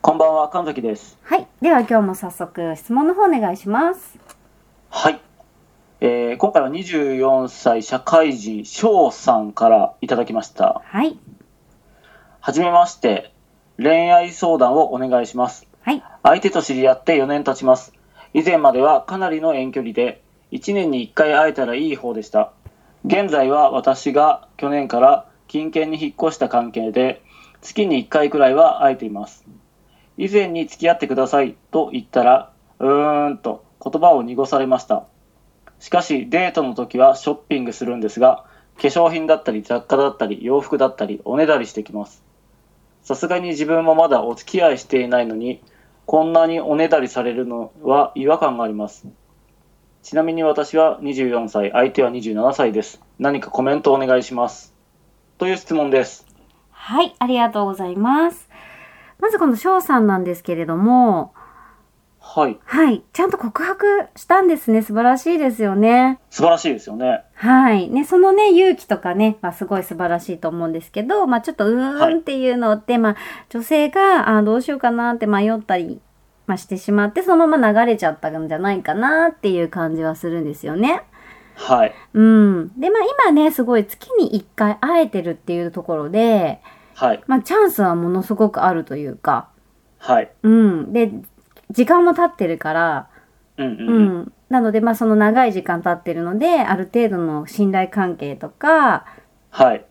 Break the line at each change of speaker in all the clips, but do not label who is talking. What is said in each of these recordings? こんばんは、神崎です。
はい。では今日も早速質問の方お願いします。
はい。えー今回は24歳社会人翔さんからいただきました。
はい。
はじめまして。恋愛相談をお願いします。
はい。
相手と知り合って4年経ちます。以前まではかなりの遠距離で、1年に1回会えたらいい方でした。現在は私が去年から近県に引っ越した関係で、月に1回くらいは会えています。以前に付き合ってくださいと言ったら、うーんと言葉を濁されました。しかしデートの時はショッピングするんですが、化粧品だったり雑貨だったり洋服だったりおねだりしてきます。さすがに自分もまだお付き合いしていないのに、こんなにおねだりされるのは違和感があります。ちなみに私は24歳、相手は27歳です。何かコメントお願いします。という質問です。
はい。ありがとうございます。まずこの翔さんなんですけれども、
はい。
はい。ちゃんと告白したんですね。素晴らしいですよね。
素晴らしいですよね。
はい。ね、そのね、勇気とかね、まあ、すごい素晴らしいと思うんですけど、まあ、ちょっと、うーんっていうのって、まあ、女性が、あどうしようかなって迷ったり、まあ、してしまって、そのまま流れちゃったんじゃないかなっていう感じはするんですよね。
はい。
うん。で、まあ、今ね、すごい月に1回会えてるっていうところで、
はい。
まあ、チャンスはものすごくあるというか、
はい。
うん。で、時間も経ってるから、
うんうん
う
うん。
ん。なので、まあ、その長い時間経ってるので、ある程度の信頼関係とか、
はい。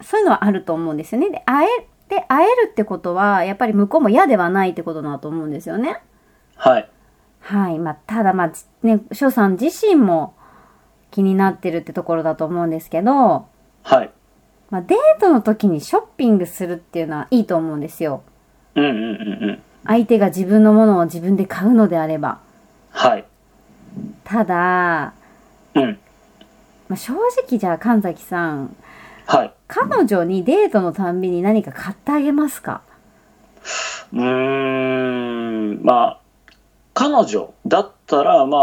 そういうのはあると思うんですよね。で、会え、で、会えるってことは、やっぱり向こうも嫌ではないってことだと思うんですよね。
はい。
はい。まあ、ただ、まあ、じね、翔さん自身も気になってるってところだと思うんですけど、
はい。
まあ、デートの時にショッピングするっていうのはいいと思うんですよ。
うんうんうんうん。
相手が自分のものを自分で買うのであれば。
はい。
ただ、ま
うん。
あ、正直じゃあ神崎さん、
はい。
彼女にデートのたんびに何か買ってあげますか
うーん。まあ、彼女だったら、ま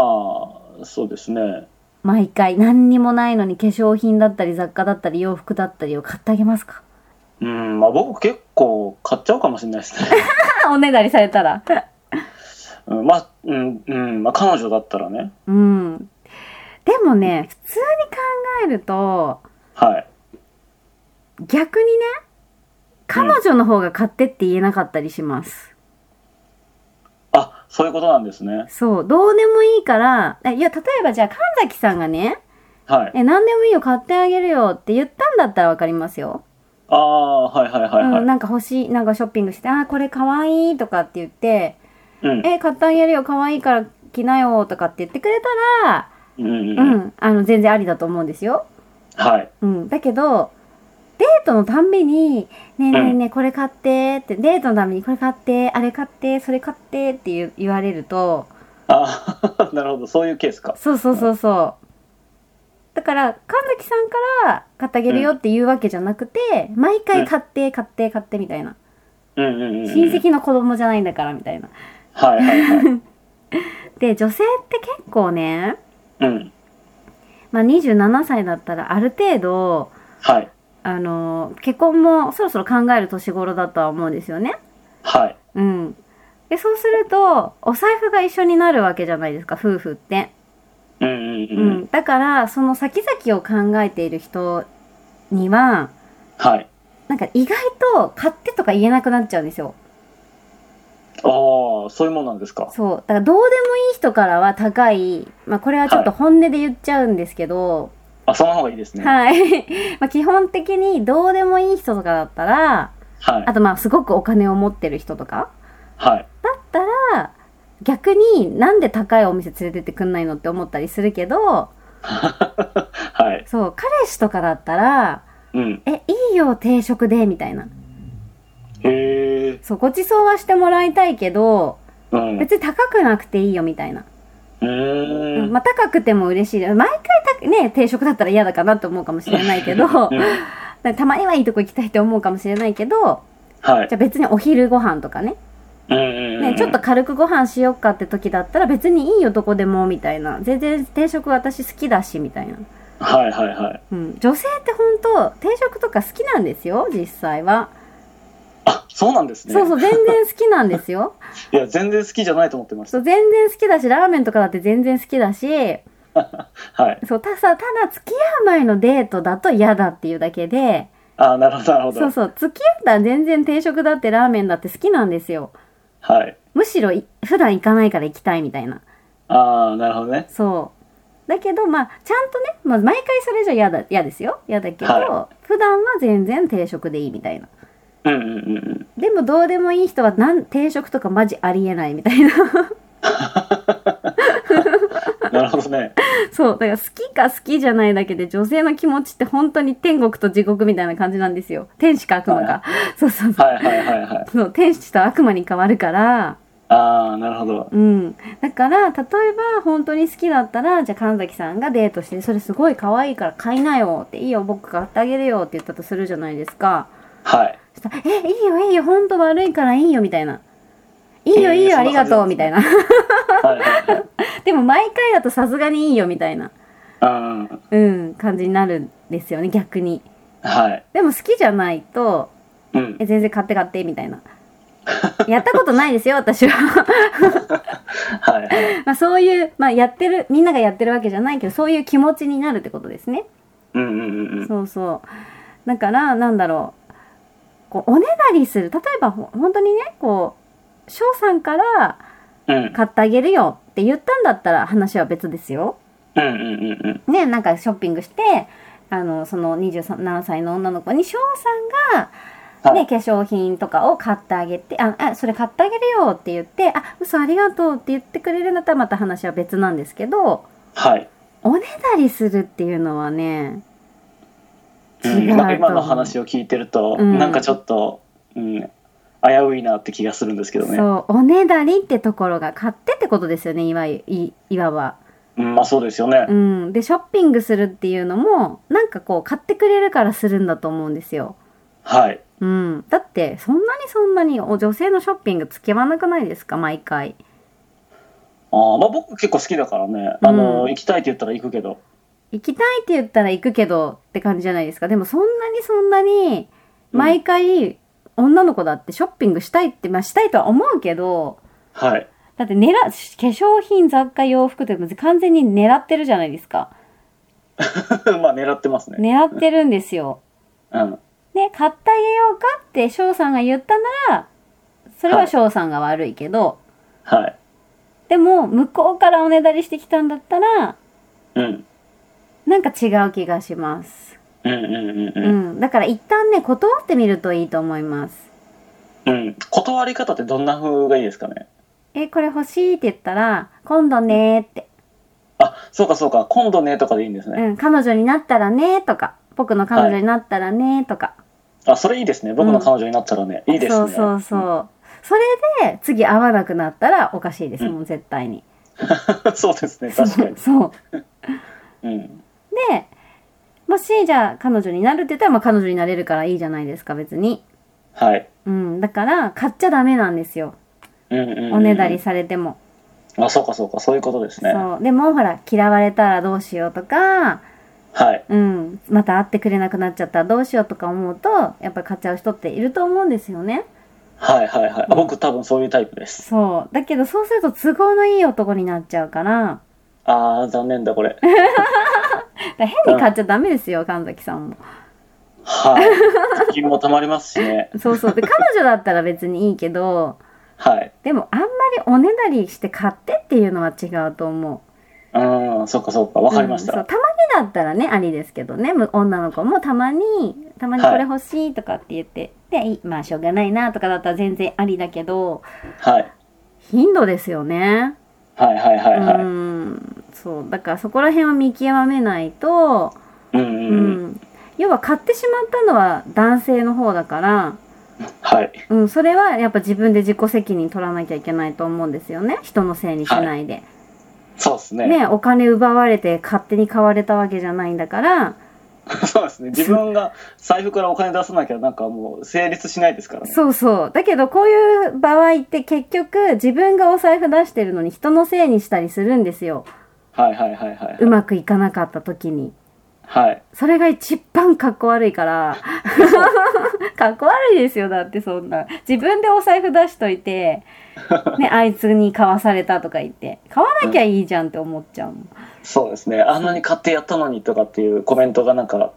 あ、そうですね。
毎回何にもないのに化粧品だったり雑貨だったり洋服だったりを買ってあげますか
うん。まあ、僕結構買っちゃうかもしれないですね。
おねだりされたら。
うん、まあ、うん、うん。まあ、彼女だったらね。
うん。でもね、普通に考えると、
はい。
逆にね、彼女の方が買ってって言えなかったりします。
あ、そういうことなんですね。
そう、どうでもいいから、えいや、例えばじゃあ、神崎さんがね、
はい。
え、何でもいいよ、買ってあげるよって言ったんだったらわかりますよ。
ああ、はいはいはいは
うん、
い。
なんか欲しい、なんかショッピングして、あー、これかわいいとかって言って、
うん。
え、買ってあげるよ、かわいいから着なよとかって言ってくれたら、
うんう
うん
うん。
ん、あの、全然ありだと思うんですよ。
はい。
うん、だけど、デートのたんびに、ねえねえねえ、これ買ってって、デートのたんびにこれ買って、あれ買って、それ買ってって言う言われると、
ああ、 なるほど。そういうケースか。
そうそうそうそう。だから、神崎さんから買ってあげるよっていうわけじゃなくて、毎回買って、買って、買ってみたいな。
うんうんうんうん。
親戚の子供じゃないんだからみたいな。
はいはいはい。
で、女性って結構ね、
うん。
まあ、27歳だったらある程度
はい。
あの結婚もそろそろ考える年頃だとは思うんですよね。
はい。
うん、でそうするとお財布が一緒になるわけじゃないですか夫婦って、
うんうん
う
うんん。
だからその先々を考えている人には
はい。
なんか意外と買ってとか言えなくなっちゃうんですよ
ああ、そういうもんなんですか。
そうだからどうでもいい人からは高い、まあ、これはちょっと本音で言っちゃうんですけど、
あ、その方がいいですね。
はい まあ基本的にどうでもいい人とかだったら
はい
あ。とまあすごくお金を持ってる人とか
はい。
が逆になんで高いお店連れてってくんないのって思ったりするけど
はい。
そう、彼氏とかだったら、
うん。
え、いいよ、定食で、みたいな。
へえ。
そう、ごちそうはしてもらいたいけど、
うん。う
別に高くなくていいよ、みたいな。
ーん。
まあ、高くても嬉しい。毎回た、ね、定食だったら嫌だかなと思うかもしれ ないけど、
うん
たまにはいいとこ行きたいって思うかもしれないけど、
はい
じ。ゃあ別にお昼ご飯とかね、
うんうんうん。
ね、ちょっと。軽くご飯しよっかって時だったら別にいいよ、どこでも、みたいな。全然定食私好きだし、みたいな。
はいはいはい。
うん。女性って本当定食とか好きなんですよ、実際は。
あ、そうなんですね。
そうそう、全然好きなんです よ。
いや、全然好きじゃないと思ってまし
そう、全然好きだし、ラーメンとかだって全然好きだし、
た。はい。
そう、ただ、ただ付き合う前のデートだと嫌だっていうだけで、
あー、なるほどなるほ
そう
ど。
そう、付き合ったら全然定食だってラーメンだって好きなんですよ。
はい。
むしろい、普段行かないから行きたいみたいな。
ああ、なるほどね。
そう。だけど、まあ、ちゃんとね、まあ、毎回それじゃ嫌だ、嫌ですよ。嫌だけど、
は
普段は全然定食でいいみたいな。
うんうんうんうん。
でも、どうでもいい人は、なん、定食とかマジありえないみたいな。
なるほどね。
そう、だから好きか好きじゃないだけで女性の気持ちって本当に天国と地獄みたいな感じなんですよ。天使か悪魔か。そうそうそう。
はいはいはいはい。
そう天使と悪魔に変わるから、
ああ、なるほど。
うん。だから、例えば本当に好きだったら、じゃあ神崎さんがデートして、それすごい可愛いから買いなよって、いいよ、僕買ってあげるよって言ったとするじゃないですか。
はい。
そしたら、え、いいよ、いいよ、本当悪いからいいよ、みたいな。いいよ、いい
え
よ、
ーそ
あ
んな感じ
りがと
な
う、
んで
み
す
たい
ね
な。
はいはいはい。
でも毎回だとさすがにいいよ、みたいな、
うん。
うん、感じになるんですよね、逆に。
はい。
でも好きじゃないと、
うん。
え、全然買って買って、みたい な。やったことないですよ、私は。
はいはい。
まあそういう、まあやってる、みんながやってるわけじゃないけど、そういう気持ちになるってことですね。
うんうんうんうん。
そうそう。だから、なんだろう。こう、おねだりする。例えば、ほ本当にね、こう、翔さんから
うん。
買ってあげるよって言ったんだったら話は別ですよ。
うんうんうんうん。
ね、なんかショッピングして、あの、その27歳の女の子に翔さんが、
はい
ね、化粧品とかを買ってあげて、あ、あ、それ買ってあげるよって言って、あ、嘘ありがとうって言ってくれるんだったらまた話は別なんですけど、
はい。
おねだりするっていうのはね、
うん、
違う
なんか
と
今の
思う。
話を聞いてると、
うん
なんかちょっと、うん、危ういなって気がするんですけどね。
そう、おねだりってところが買ってってことですよね、いわゆいいわば。
うん、まあそうですよね
う。ん。で、ショッピングするっていうのも、なんかこう、買ってくれるからするんだと思うんですよ。
はい。
うん。だって、そんなにそんなにお女性のショッピング付き合わなくないですか、毎回。
あーまあ僕結構好きだからね。あの、
うん
行きたいって言ったら行くけど。
行きたいって言ったら行くけどって感じじゃないですか。でもそんなにそんなに、毎回、女の子だってショッピングしたいって、まあしたいとは思うけど、
はい。
だって狙、化粧品、雑貨、洋服って完全に狙ってるじゃないですか。
まあ狙ってますね。
狙ってるんですよ。
うん。
ね、買ってあげようかって翔さんが言ったなら、それは翔さんが悪いけど、
はい。
でも向こうからおねだりしてきたんだったら、
うん。
なんか違う気がします。
うんうんうん
う
うん。
ん。だから一旦ね、断ってみるといいと思います。
うん。断り方ってどんな風がいいですかね。
え、これ欲しいって言ったら、今度ねーって。
あ、そうかそうか。今度ねとかでいいんですね。
うん、彼女になったらねーとか、僕の彼女になったらねーとか。
あ、それいいですね。僕の彼女になったらね。いいですね。
そうそうそう。それで、次会わなくなったらおかしいですもん、絶対に。。
うん。 そうですね。確かに
そう。
うん。
で、もし、じゃあ、彼女になるって言ったら、まあ、彼女になれるからいいじゃないですか、別に。
はい。
うん、だから、買っちゃダメなんですよ。
うんうんうん、
おねだりされても。
あ、そうかそうか、そういうことですね。
そうでもほら嫌われたらどうしようとか、
はい。
うん、また会ってくれなくなっちゃったらどうしようとか思うとやっぱり買っちゃう人っていると思うんですよね。
はいはいはい。あ僕多分そういうタイプです。
そうだけどそうすると都合のいい男になっちゃうから
あー、残念だこれ。
だから変に買っちゃダメですよ神崎さんも。
はい。貯金もたまります しね。
そうそうで彼女だったら別にいいけど
はい。
でもあんまりおねだりして買ってっていうのは違うと思う。
うーん、そうかそうか、わかりまし
うんそう
た。
たまにだったらねありですけどねむ女の子もたまにたまにこれ欲しいとかって言って、でいいまあしょうがないなとかだったら全然ありだけど
はい。
頻度ですよね。
はいはいはいは
う
い。
んそうだからそこら辺を見極めないと、
うん
う
うんうん。
ん、要は買ってしまったのは男性の方だから、
はい。
うん、それはやっぱ自分で自己責任取らなきゃいけないと思うんですよね人のせいにしないで、
そうですね。
ねお金奪われて勝手に買われたわけじゃないんだから、
そうですね。自分が財布からお金出さなきゃなんかもう成立しないですからね。
そうそうだけどこういう場合って結局自分がお財布出してるのに人のせいにしたりするんですよ
はいはいはいは
う
い。
まくいかなかった時に
はい。
それが一番かっこ悪いから。かっこ悪いですよ、だってそんな。自分でお財布出しといて、ね、あいつに買わされたとか言って、買わなきゃいいじゃんって思っちゃうもん。
そうですね。あんなに買ってやったのにとかっていうコメントがなんか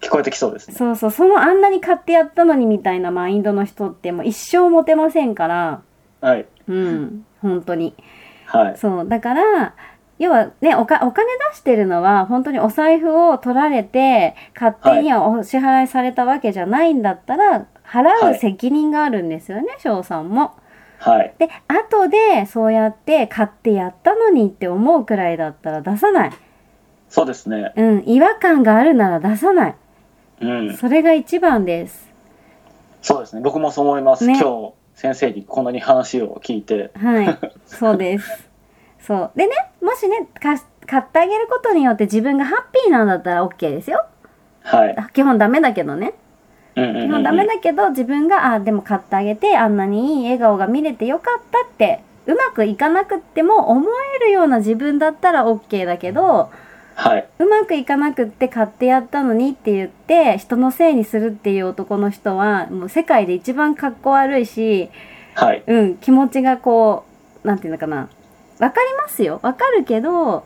聞こえてきそうですね。
そうそう、そのあんなに買ってやったのにみたいなマインドの人ってもう一生モテませんから、
はい。
うん、本当に。
はい。
そう、だから、要はね、おかお金出してるのは本当にお財布を取られて勝手にはお支払いされたわけじゃないんだったら払
は
う
い
責任があるんですよね、翔さんも。
はい。
で、後でそうやって買ってやったのにって思うくらいだったら出さない。
そうですね。
うん、違和感があるなら出さない。
うん。
それが一番です。
そうですね。僕もそう思います。
ね
今日先生にこんなに話を聞いて。
はい、そうです。そう。でね、もしね、か買ってあげることによって自分がハッピーなんだったら OK ですよ。
はい。
基本ダメだけどね。
うんうんうん、うん。
基本ダメだけど自分があでも買ってあげてあんなにいい笑顔が見れてよかったってうまくいかなくっても思えるような自分だったら OK だけど
はい。
うまくいかなくって買ってやったのにって言って人のせいにするっていう男の人はもう世界で一番かっこ悪いし、
はい。
うん、気持ちがこうなんていうのかなわかりますよわかるけど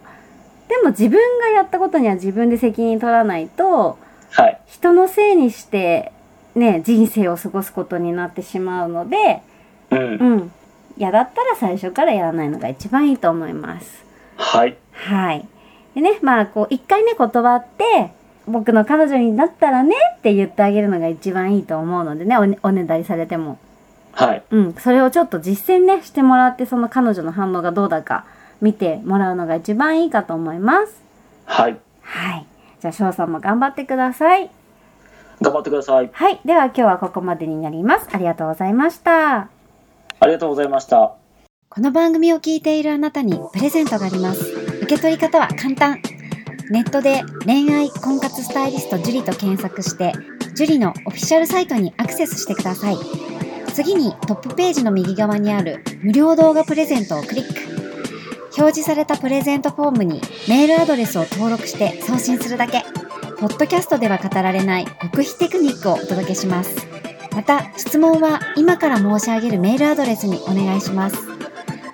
でも自分がやったことには自分で責任取らないと
はい。
人のせいにして、ね、人生を過ごすことになってしまうので、
うん
う。ん。嫌だったら最初からやらないのが一番いいと思います。
はい。
はい。でね、まあ、こう、一回ね、断って、僕の彼女になったらねって言ってあげるのが一番いいと思うのでね、おねおねだりされても。
はい。
うん。それをちょっと実践ね、してもらって、その彼女の反応がどうだか見てもらうのが一番いいかと思います。
はい。
はい。じゃあ、翔さんも頑張ってください。
頑張ってください。
はい。では今日はここまでになります。ありがとうございました。
ありがとうございました。
この番組を聞いているあなたにプレゼントがあります。受け取り方は簡単。ネットで恋愛婚活スタイリスト樹と検索して、樹のオフィシャルサイトにアクセスしてください。次にトップページの右側にある無料動画プレゼントをクリック。表示されたプレゼントフォームにメールアドレスを登録して送信するだけ。ポッドキャストでは語られない極秘テクニックをお届けします。また、質問は今から申し上げるメールアドレスにお願いします。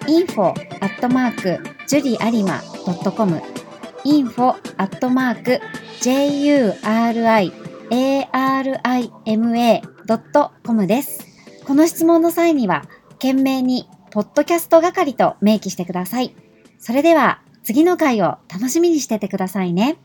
info アットマーク juriarima.com info アットマーク juriarima.com です。この質問の際には、懸命に、ポッドキャスト係と明記してください。それでは、次の回を楽しみにしててくださいね。